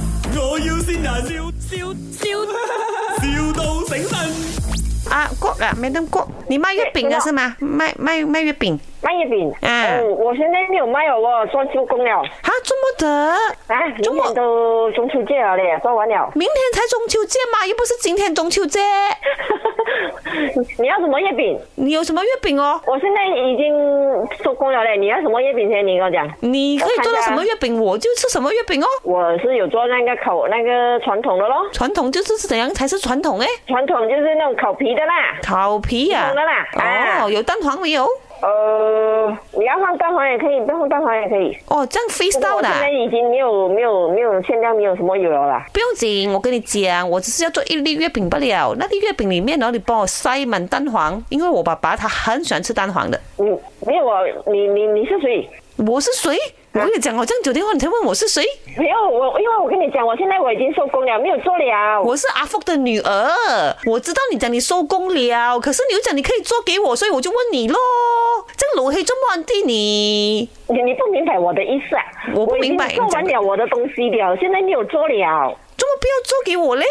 要先人，笑笑笑，,笑到醒神。啊，过啊，没登过。你卖月饼的是吗？卖卖卖月饼卖月饼。嗯嗯，我现在没有卖哦，我做做工了。啊？这么的？啊，周明末天都中秋节了嘞，做完了。 明天才中秋节嘛，又不是今天中秋节。你要什么月饼？你有什么月饼哦？我现在已经收工了嘞，你要什么月饼先？你跟我讲。你可以做到什么月饼，我就吃什么月饼哦。我是有做那个烤那个传统的咯，传统就是怎样才是传统诶？传统就是那种烤皮的啦。烤皮啊普通的啦？啊哦，有蛋黄没有？呃，你要放蛋黄也可以，不放蛋黄也可以。哦，这样不过 freestyle 我的现啊在。已经没有没有没有现在没有什么油了啦。不用紧，我跟你讲，我只是要做一粒月饼不了。那粒月饼里面哦呢，你帮我塞满蛋黄，因为我爸爸他很喜欢吃蛋黄的。你没有我，你你你是谁？我是谁？我跟你讲，我这样久电话你才问我是谁？没有我，因为我跟你讲，我现在我已经收工了，没有做了。我是阿福的女儿。我知道你讲你收工了，可是你又讲你可以做给我，所以我就问你咯。这样老黑这么地你？你你不明白我的意思啊？我不明白我已经做完了我的东西了，现在没有做了啊？怎么不要做给我嘞？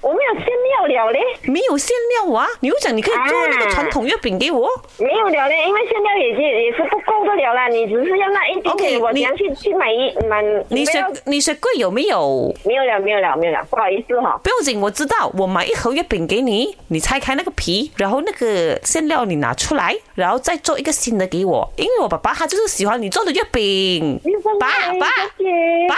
我没有馅料了嘞，没有馅料啊！你又讲你可以做那个传统月饼给我。没有了嘞，因为馅料也也也是不够的了啦。你只是要那一点 OK，点，我你想去去买一买。你不雪要你雪柜有没有？没有了，没有了，没有了，不好意思哈、不用紧，我知道，我买一盒月饼给你，你拆开那个皮，然后那个馅料你拿出来，然后再做一个新的给我，因为我爸爸他就是喜欢你做的月饼你真。爸爱爸谢谢爸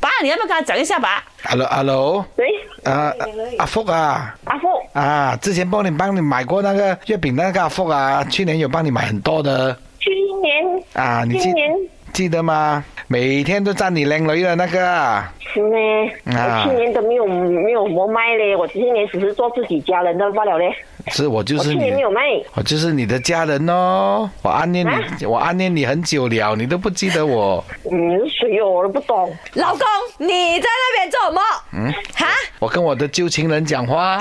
爸，你要不要跟他讲一下爸？ Hello Hello，喂，啊哎阿福啊阿福，啊，之前帮你帮你买过那个月饼那个阿福啊，去年有帮你买很多的去年啊，你记今年记得吗？每天都赞你靓女的那个啊，是呢，啊我去年都没有没有么卖嘞，我去年只是做自己家人的罢了嘞，是我就我是去你年没。有卖。我就是你的家人哦，我暗恋你，啊我暗恋你很久了，你都不记得我。你是谁哦？我都不懂。老公，你在那边做什么？嗯，哈，我跟我的旧情人 讲话，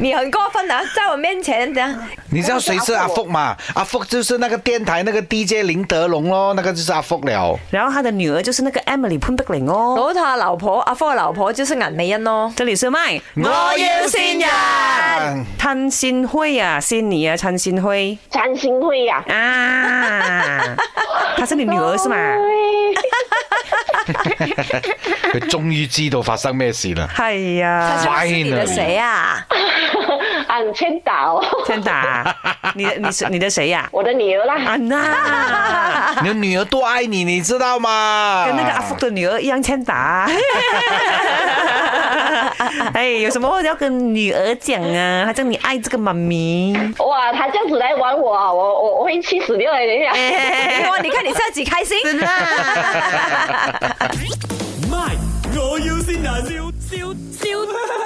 你很过分啊，在我面前这样，你知道谁是阿福吗？阿福就是那个电台那个 DJ 林德龙咯，那个就是阿福了。然后他的女儿就是那个 Emily 潘碧玲哦。老豆嘅老婆，阿福嘅老婆就是颜美欣咯。这里是麦，先人。陈善辉啊，仙女啊，陈善辉占星会呀、啊，她是你女哦儿是吗？哎 佢終於知道發生咩事 啦。系他呀、是不是你的谁啊？ 俺千岛，真的、啊，你的你是你的谁呀、我的女儿啦。啊？安娜。你女兒多愛你，你知道嗎？跟那个阿福的女儿一样欠打。哎，有什么要跟女儿讲啊？她叫你爱这个妈咪。哇，他这样子来玩我啊，我我我会气死掉的，等一下。哇，你看你自己开心。 卖，我要先人，笑笑笑，,